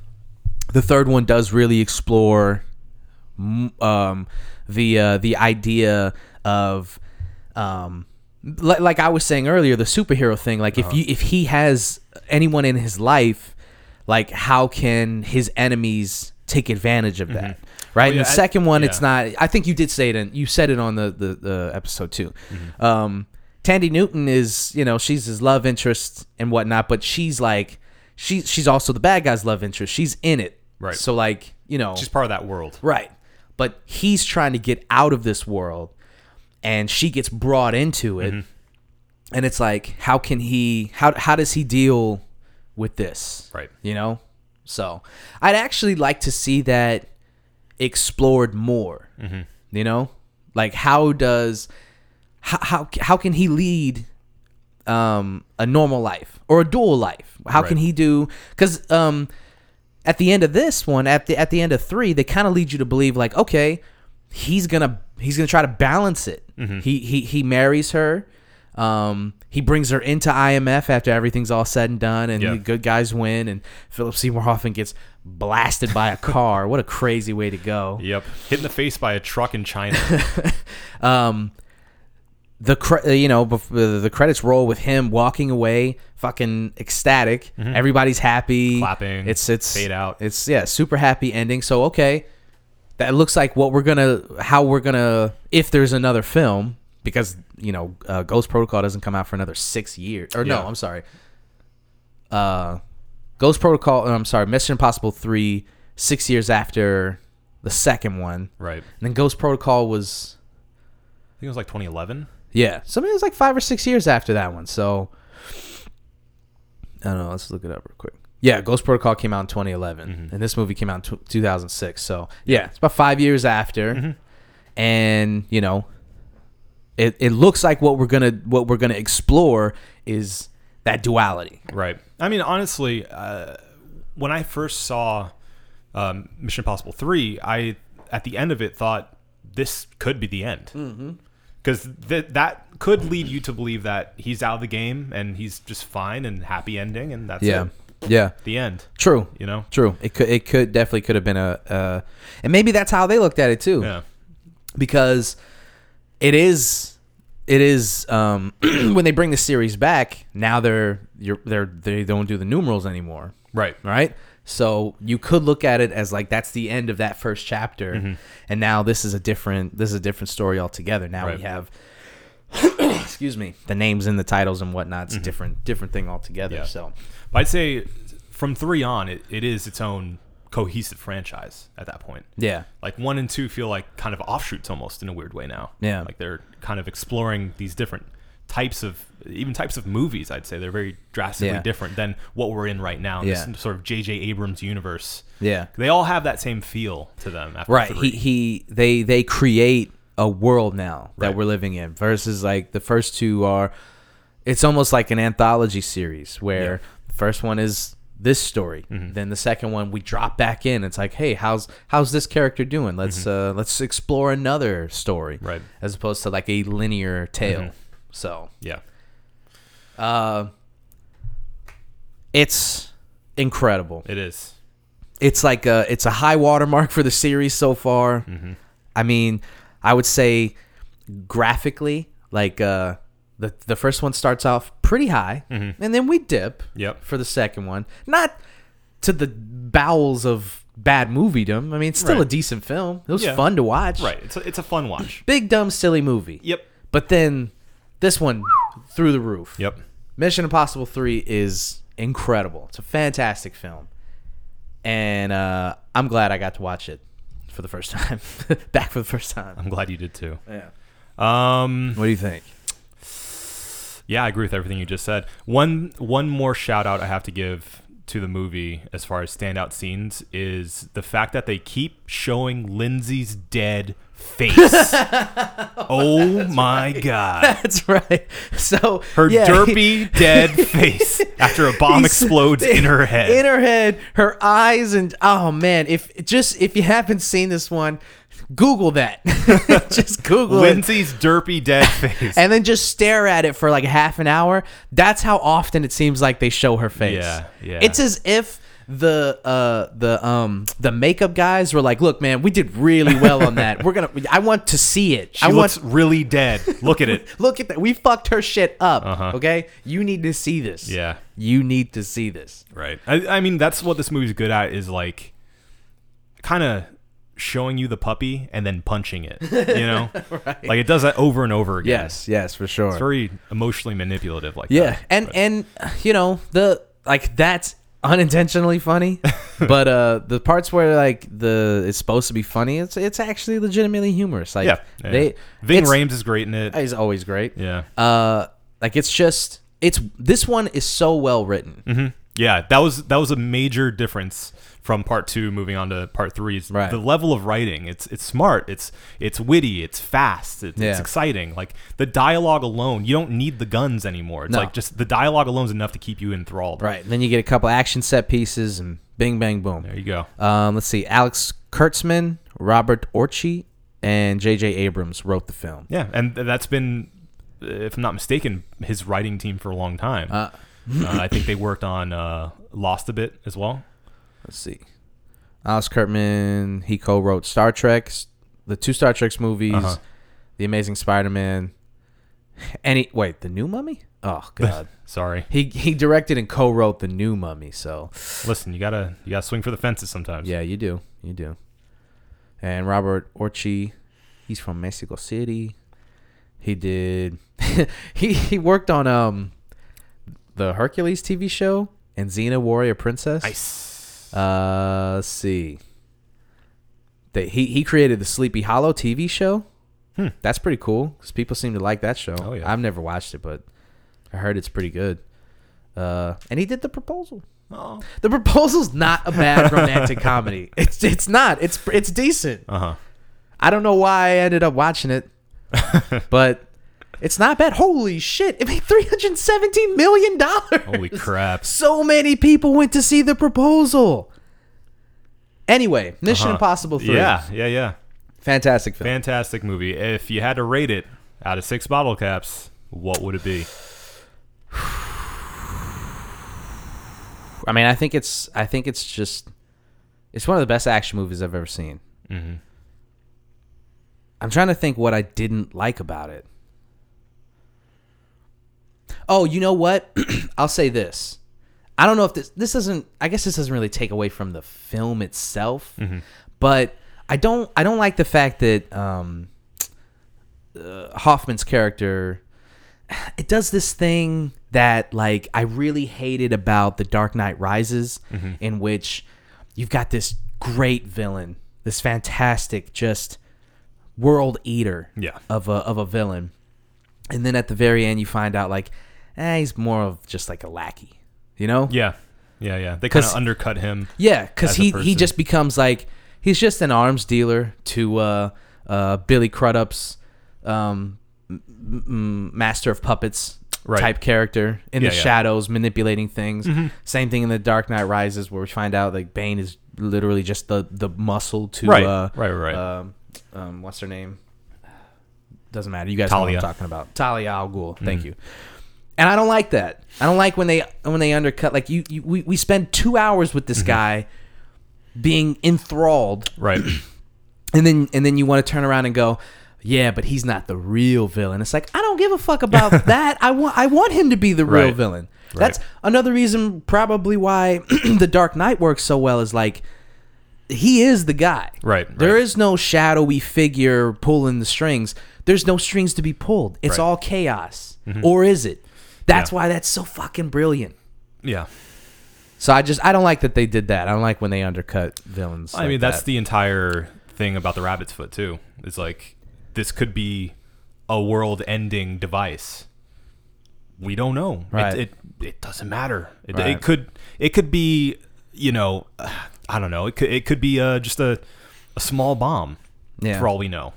Speaker 1: the third one does really explore m- um, the uh, the idea of um, like, like I was saying earlier, the superhero thing. Like
Speaker 2: Uh-huh.
Speaker 1: if you if he has anyone in his life, like how can his enemies take advantage of that? Right. and
Speaker 2: Mm-hmm. yeah,
Speaker 1: the
Speaker 2: I-
Speaker 1: second one, it's
Speaker 2: yeah.
Speaker 1: not. I think you did say it, and you said it on the the, the episode too. Um, Tandy Newton is you know she's his love interest and whatnot, but she's like she she's also the bad guy's love interest. She's in it.
Speaker 2: Right.
Speaker 1: So like you know
Speaker 2: She's part of that world.
Speaker 1: Right. But he's trying to get out of this world and she gets brought into it.
Speaker 2: Mm-hmm.
Speaker 1: And it's like, how can he how how does he deal with this?
Speaker 2: Right.
Speaker 1: You know? So I'd actually like to see that explored more. You know? Like how does how, how how can he lead um a normal life or a dual life? How can
Speaker 2: Right.
Speaker 1: he do cuz um at the end of this one, at the at the end of three, they kind of lead you to believe like, okay, he's gonna he's gonna try to balance it.
Speaker 2: Mm-hmm.
Speaker 1: He he he marries her. Um, he brings her into IMF after everything's all said and done, and
Speaker 2: Yeah.
Speaker 1: the good guys win, and Philip Seymour Hoffman gets blasted by a car. what a crazy way to
Speaker 2: *laughs*
Speaker 1: go!
Speaker 2: Yep. Hit in the face by a truck in China.
Speaker 1: um the cre- uh, you know bef- uh, the credits roll with him walking away fucking ecstatic everybody's happy
Speaker 2: Mm-hmm. Clapping,
Speaker 1: it's it's
Speaker 2: fade out.
Speaker 1: it's yeah super happy ending so okay that looks like what we're gonna how we're gonna if there's another film because you know uh, ghost protocol doesn't come out for another six years or
Speaker 2: Yeah.
Speaker 1: no i'm sorry uh ghost protocol uh, i'm sorry mission impossible 3 six years after the second one
Speaker 2: right.
Speaker 1: and then ghost protocol was
Speaker 2: I think it was like 2011.
Speaker 1: yeah. So I mean, it was like five or six years after that one. So I don't know. Let's look it up real quick. Yeah, Ghost Protocol came out in 2011,
Speaker 2: Mm-hmm.
Speaker 1: and this movie came out in tw 2006. So yeah, it's about five years after,
Speaker 2: Mm-hmm.
Speaker 1: and you know, it it looks like what we're gonna what we're gonna explore is that duality.
Speaker 2: Right. I mean, honestly, uh, when I first saw um, Mission Impossible Three, I at the end of it thought this could be the end because th- that could lead you to believe that he's out of the game and he's just fine and happy ending, and that's
Speaker 1: Yeah,
Speaker 2: it,
Speaker 1: yeah,
Speaker 2: the end.
Speaker 1: true.
Speaker 2: You know.
Speaker 1: True. It could. It could definitely could have been a, uh, and maybe that's how they looked at it too.
Speaker 2: Yeah.
Speaker 1: because it is it is um, *clears throat* when they bring the series back now they're you're, they're they don't do the numerals anymore
Speaker 2: Right.
Speaker 1: right so you could look at it as like that's the end of that first chapter
Speaker 2: Mm-hmm.
Speaker 1: and now this is a different this is a different story altogether now
Speaker 2: Right.
Speaker 1: we have *clears throat* excuse me the names and the titles and whatnot it's a different different thing altogether
Speaker 2: Mm-hmm. Yeah.
Speaker 1: so
Speaker 2: But I'd say from three on, it, it is its own cohesive franchise at that point.
Speaker 1: yeah
Speaker 2: like one and two feel like kind of offshoots almost in a weird way now.
Speaker 1: Yeah.
Speaker 2: like they're kind of exploring these different types of even types of movies. I'd say they're very drastically
Speaker 1: Yeah.
Speaker 2: different than what we're in right now. in
Speaker 1: Yeah.
Speaker 2: This sort of J.J. Abrams universe.
Speaker 1: yeah
Speaker 2: They all have that same feel to them. After
Speaker 1: right
Speaker 2: three.
Speaker 1: he, he they they create a world now that
Speaker 2: Right.
Speaker 1: we're living in versus like the first two are it's almost like an anthology series where the first one is this story
Speaker 2: Mm-hmm.
Speaker 1: then the second one we drop back in it's like hey how's how's this character doing let's uh let's explore another story
Speaker 2: Mm-hmm. Right. Mm-hmm.
Speaker 1: as opposed to like a linear tale so
Speaker 2: yeah,
Speaker 1: uh it's incredible
Speaker 2: it is.
Speaker 1: it's like a it's a high watermark for the series so far.
Speaker 2: Mm-hmm.
Speaker 1: I mean, I would say graphically, like uh, the the first one starts off pretty high,
Speaker 2: Mm-hmm.
Speaker 1: and then we dip.
Speaker 2: Yep.
Speaker 1: For the second one, not to the bowels of bad moviedom. I mean, it's still a
Speaker 2: Right.
Speaker 1: decent film. It was
Speaker 2: Yeah.
Speaker 1: fun to watch.
Speaker 2: Right, it's a, it's a fun watch.
Speaker 1: Big dumb silly movie.
Speaker 2: Yep,
Speaker 1: But then this one through the roof.
Speaker 2: yep,
Speaker 1: Mission Impossible 3 is incredible. It's a fantastic film. And uh, I'm glad I got to watch it for the first *laughs* time. Back for the first time.
Speaker 2: I'm glad you did too.
Speaker 1: Yeah.
Speaker 2: Um,
Speaker 1: What do you think?
Speaker 2: Yeah, I agree with everything you just said. One one more shout out I have to give to the movie as far as standout scenes is the fact that they keep showing Lindsay's dead
Speaker 1: *laughs*
Speaker 2: face. oh my god.
Speaker 1: That's right. *laughs* So
Speaker 2: Her
Speaker 1: yeah,
Speaker 2: derpy
Speaker 1: *laughs*
Speaker 2: dead face after a bomb
Speaker 1: he's-
Speaker 2: explodes in her head.
Speaker 1: In her head, her eyes and oh man, if just if you haven't seen this one, Google that. *laughs* just Google it.
Speaker 2: Lindsay's derpy dead
Speaker 1: *laughs*
Speaker 2: face.
Speaker 1: and then just stare at it for like half an hour. That's how often it seems like they show her face.
Speaker 2: Yeah, yeah.
Speaker 1: It's as if the uh, the um the makeup guys were like, "Look, man, we did really well on that. We're gonna. I want to see it. I
Speaker 2: She
Speaker 1: want
Speaker 2: looks really dead. Look
Speaker 1: *laughs*
Speaker 2: at it.
Speaker 1: look at that. We fucked her shit up.
Speaker 3: Uh-huh.
Speaker 1: Okay, you need to see this.
Speaker 3: Yeah.
Speaker 1: you need to see this.
Speaker 2: Right. I, I mean, that's what this movie's good at is like kind of showing you the puppy and then punching it.
Speaker 1: *laughs*
Speaker 2: You know, like it does that over and over again.
Speaker 1: Yes, yes, for sure.
Speaker 2: It's very emotionally manipulative. Like
Speaker 1: Yeah,
Speaker 2: that.
Speaker 1: and
Speaker 2: But-
Speaker 1: and you know the like that's unintentionally
Speaker 2: *laughs*
Speaker 1: funny, but uh the parts where like the it's supposed to be funny, it's it's actually legitimately humorous. Like
Speaker 2: yeah, yeah.
Speaker 1: they
Speaker 2: Ving
Speaker 1: it's-
Speaker 2: Rhames is great in it.
Speaker 1: is always great.
Speaker 2: yeah.
Speaker 1: Uh, like it's just it's this one is so well written.
Speaker 2: Mm-hmm. Yeah, that was that was a major difference from part two moving on to part three. Is
Speaker 1: Right.
Speaker 2: The level of writing, it's it's smart, it's it's witty, it's fast, it,
Speaker 1: Yeah.
Speaker 2: it's exciting. Like the dialogue alone, you don't need the guns anymore. It's
Speaker 1: No.
Speaker 2: like just the dialogue alone is enough to keep you enthralled.
Speaker 1: Right, and then you get a couple action set pieces and bing bang boom.
Speaker 2: There you go.
Speaker 1: Um, let's see, Alex Kurtzman, Robert Orci, and J.J. Abrams wrote the film.
Speaker 2: Yeah, and th- that's been, if I'm not mistaken, his writing team for a long time. Uh, I think they worked on uh, Lost a bit as well.
Speaker 1: Let's see. Alice Kurtzman, he co-wrote Star Trek, the two Star Trek movies,
Speaker 2: Uh-huh.
Speaker 1: The Amazing Spider-Man, and he, wait, the new Mummy? Oh god.
Speaker 2: Sorry,
Speaker 1: he he directed and co-wrote the new Mummy, so
Speaker 2: listen, you gotta you gotta swing for the fences sometimes.
Speaker 1: yeah, you do. You do. And Robert Orci, he's from Mexico City. He did *laughs* he he worked on um the Hercules TV show and Xena Warrior Princess.
Speaker 2: Nice.
Speaker 1: Uh, let's see. That he he created the Sleepy Hollow TV show. That's pretty cool because people seem to like that show.
Speaker 2: Hmm. Oh, yeah.
Speaker 1: I've never watched it, but I heard it's pretty good. Uh, and he did the proposal.
Speaker 2: Uh
Speaker 1: The proposal's not a
Speaker 2: *laughs*
Speaker 1: bad romantic comedy. It's it's not. It's it's decent.
Speaker 2: huh.
Speaker 1: I don't know why I ended up watching
Speaker 2: *laughs*
Speaker 1: it, but it's not bad. Holy shit! It made three hundred seventeen million dollars. *laughs*
Speaker 2: Holy crap.
Speaker 1: So many people went to see the proposal. Anyway, Mission
Speaker 2: Uh-huh.
Speaker 1: Impossible 3.
Speaker 2: Yeah, yeah, yeah.
Speaker 1: Fantastic film.
Speaker 2: Fantastic movie. If you had to rate it out of six bottle caps, what would it be?
Speaker 1: I mean, I think it's I think it's just it's one of the best action movies I've ever seen. Mm-hmm. I'm trying to think what I didn't like about it. Oh, you know what? *clears throat* I'll say this. I don't know if this this doesn't I guess this doesn't really take away from the film itself, but I don't I don't like the fact that um, uh, Hoffman's character *sighs* it does this thing that like I really hated about The Dark Knight Rises, in which you've got this great villain, this fantastic just world eater
Speaker 2: Yeah.
Speaker 1: of a of a villain, and then at the very end you find out like, eh, he's more of just like a lackey, you know?
Speaker 2: Yeah, yeah, yeah. They kind
Speaker 1: 'Cause-
Speaker 2: of undercut him.
Speaker 1: Yeah, because
Speaker 2: as a
Speaker 1: he, he
Speaker 2: person.
Speaker 1: just becomes like he's just an arms dealer to uh, uh, Billy Crudup's um, m- m- master of puppets
Speaker 2: Right.
Speaker 1: type character in
Speaker 2: Yeah,
Speaker 1: the
Speaker 2: yeah. Mm-hmm.
Speaker 1: shadows, manipulating things. Same thing in the Dark Knight Rises, where we find out like Bane is literally just the the muscle to
Speaker 2: Right,
Speaker 1: uh,
Speaker 2: right, right.
Speaker 1: Um, um, what's her name? Doesn't matter. You guys know what
Speaker 2: Talia.
Speaker 1: I'm talking about. Talia Al Ghul. Thank you. And I don't like that. I don't like when they when they undercut. Like you, you we, we spend two hours with this guy being enthralled,
Speaker 2: Right. *clears throat*
Speaker 1: and then and then you want to turn around and go, yeah, but he's not the real villain. It's like I don't give a fuck about
Speaker 2: *laughs*
Speaker 1: that. I want I want him to be the real
Speaker 2: Right.
Speaker 1: villain. That's another reason probably why *clears throat* the Dark Knight works so well is like he is the guy.
Speaker 2: Right,
Speaker 1: There
Speaker 2: right.
Speaker 1: is no shadowy figure pulling the strings. There's no strings to be pulled. It's
Speaker 2: Right. Mm-hmm.
Speaker 1: all chaos. Or is it? That's
Speaker 2: Yeah.
Speaker 1: why that's so fucking brilliant.
Speaker 2: yeah.
Speaker 1: So I just I don't like that they did that. I don't like when they undercut villains.
Speaker 2: I mean, that's the entire thing about the rabbit's foot too. It's like this could be a world-ending device. We don't know.
Speaker 1: Right.
Speaker 2: It it, it doesn't matter. It,
Speaker 1: Right.
Speaker 2: it could it could be you know *sighs* I don't know. It could it could be uh, just a a small bomb
Speaker 1: Yeah.
Speaker 2: for all we know.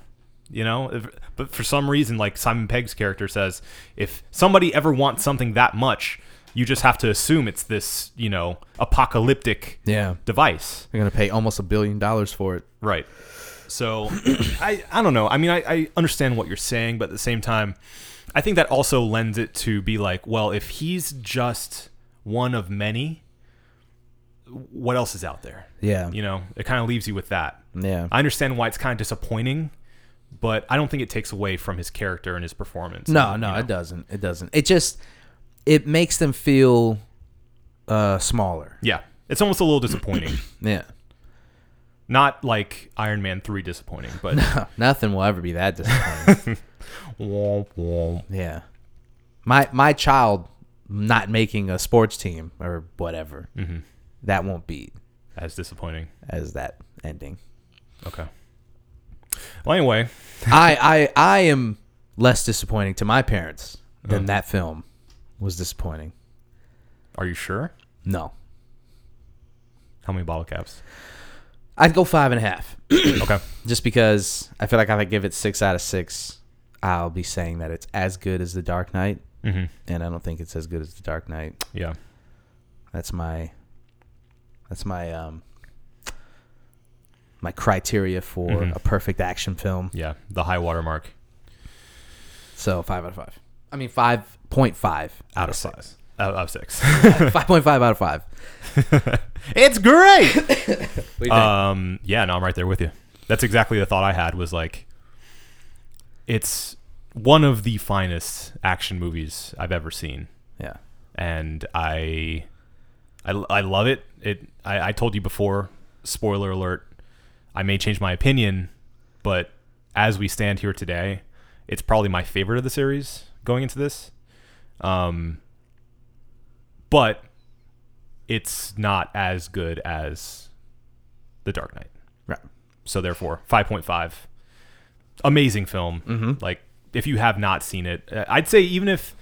Speaker 2: You know, if, but for some reason, like Simon Pegg's character says, if somebody ever wants something that much, you just have to assume it's this, you know, apocalyptic
Speaker 1: Yeah.
Speaker 2: device.
Speaker 1: They're gonna pay almost a billion dollars for it.
Speaker 2: Right. So *clears throat* I, I don't know. I mean, I, I understand what you're saying, but at the same time, I think that also lends it to be like, well, if he's just one of many, what else is out there?
Speaker 1: Yeah.
Speaker 2: You know, it kind of leaves you with that.
Speaker 1: Yeah.
Speaker 2: I understand why it's kind of disappointing, but I don't think it takes away from his character and his performance.
Speaker 1: No,
Speaker 2: And,
Speaker 1: no,
Speaker 2: you know,
Speaker 1: it doesn't. It doesn't. It just it makes them feel uh smaller.
Speaker 2: Yeah. It's almost a little
Speaker 1: *clears throat*
Speaker 2: disappointing.
Speaker 1: *laughs* Yeah.
Speaker 2: Not like Iron Man 3 disappointing,
Speaker 1: *laughs*
Speaker 2: but
Speaker 1: Nothing will ever be that disappointing.
Speaker 2: Womp womp.
Speaker 1: *laughs* yeah. My my child not making a sports team or whatever.
Speaker 2: Mm-hmm.
Speaker 1: That won't be
Speaker 2: as disappointing.
Speaker 1: as that ending. *laughs*
Speaker 2: Okay. Well, anyway,
Speaker 1: I, I I am less disappointing to my parents
Speaker 2: Oh.
Speaker 1: than that film was disappointing.
Speaker 2: are you sure?
Speaker 1: No.
Speaker 2: How many bottle caps?
Speaker 1: I'd go five and a half.
Speaker 2: okay.
Speaker 1: just because I feel like if I give it six out of six, I'll be saying that it's as good as The Dark Knight,
Speaker 2: Mm-hmm.
Speaker 1: and I don't think it's as good as The Dark Knight.
Speaker 2: Yeah.
Speaker 1: That's my that's my um my criteria for
Speaker 2: Mhm.
Speaker 1: a perfect action film.
Speaker 2: Yeah. The high water mark
Speaker 1: So five out of five. I mean five point *laughs* five out of six.
Speaker 2: size. Out of six. *laughs*
Speaker 1: Five point five out of *laughs* five. *laughs*
Speaker 2: it's great.
Speaker 1: What do you think?
Speaker 2: um. Yeah. No, I'm right there with you. That's exactly the thought I had. Was like, it's one of the finest action movies I've ever seen.
Speaker 1: yeah.
Speaker 2: and I, I, I love it. It. I, I told you before. Spoiler alert. I may change my opinion, but as we stand here today, it's probably my favorite of the series going into this. Um, but it's not as good as The Dark Knight.
Speaker 1: Right.
Speaker 2: So therefore, 5.5. Amazing film.
Speaker 1: Mm-hmm.
Speaker 2: Like if you have not seen it, uh, I'd say even if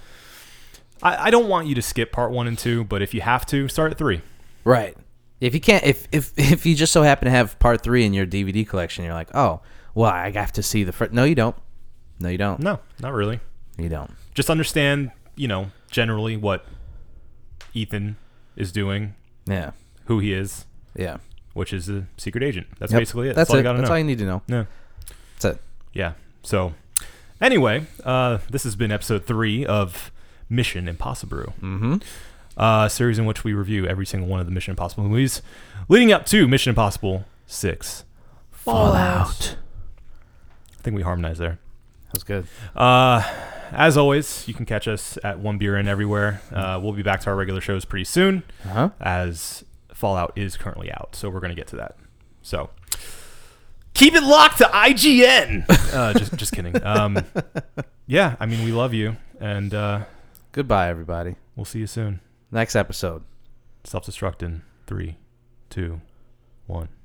Speaker 2: I, I don't want you to skip part one and two, but if you have to, start at three.
Speaker 1: Right. If you can't, if if *laughs* if you just so happen to have part three in your DVD collection, you're like, oh, well, I have to see the first. No, you don't. No, you don't.
Speaker 2: No, not really.
Speaker 1: You don't.
Speaker 2: Just understand, you know, generally what Ethan is doing,
Speaker 1: Yeah.
Speaker 2: who he is,
Speaker 1: Yeah.
Speaker 2: which is a secret agent. That's
Speaker 1: Yep.
Speaker 2: basically it.
Speaker 1: That's,
Speaker 2: That's, all
Speaker 1: it.
Speaker 2: you gotta
Speaker 1: That's
Speaker 2: know.
Speaker 1: all you need to know.
Speaker 2: yeah.
Speaker 1: That's it.
Speaker 2: Yeah. So, anyway, uh, this has been episode three of Mission Impossible. Mm-hmm. Uh, series in which we review every single one of the Mission Impossible movies, leading up to Mission Impossible Six.
Speaker 1: Fallout.
Speaker 2: I think we harmonized there.
Speaker 1: That was good.
Speaker 2: Uh, as always, you can catch us at One Beer In everywhere. Uh, we'll be back to our regular shows pretty soon,
Speaker 1: Uh huh.
Speaker 2: as Fallout is currently out, so we're gonna get to that. So keep it locked to IGN. uh, just, just kidding. Um, yeah, I mean we love you, and uh,
Speaker 1: Goodbye, everybody.
Speaker 2: we'll see you soon.
Speaker 1: Next episode.
Speaker 2: Self destruct in three, two, one.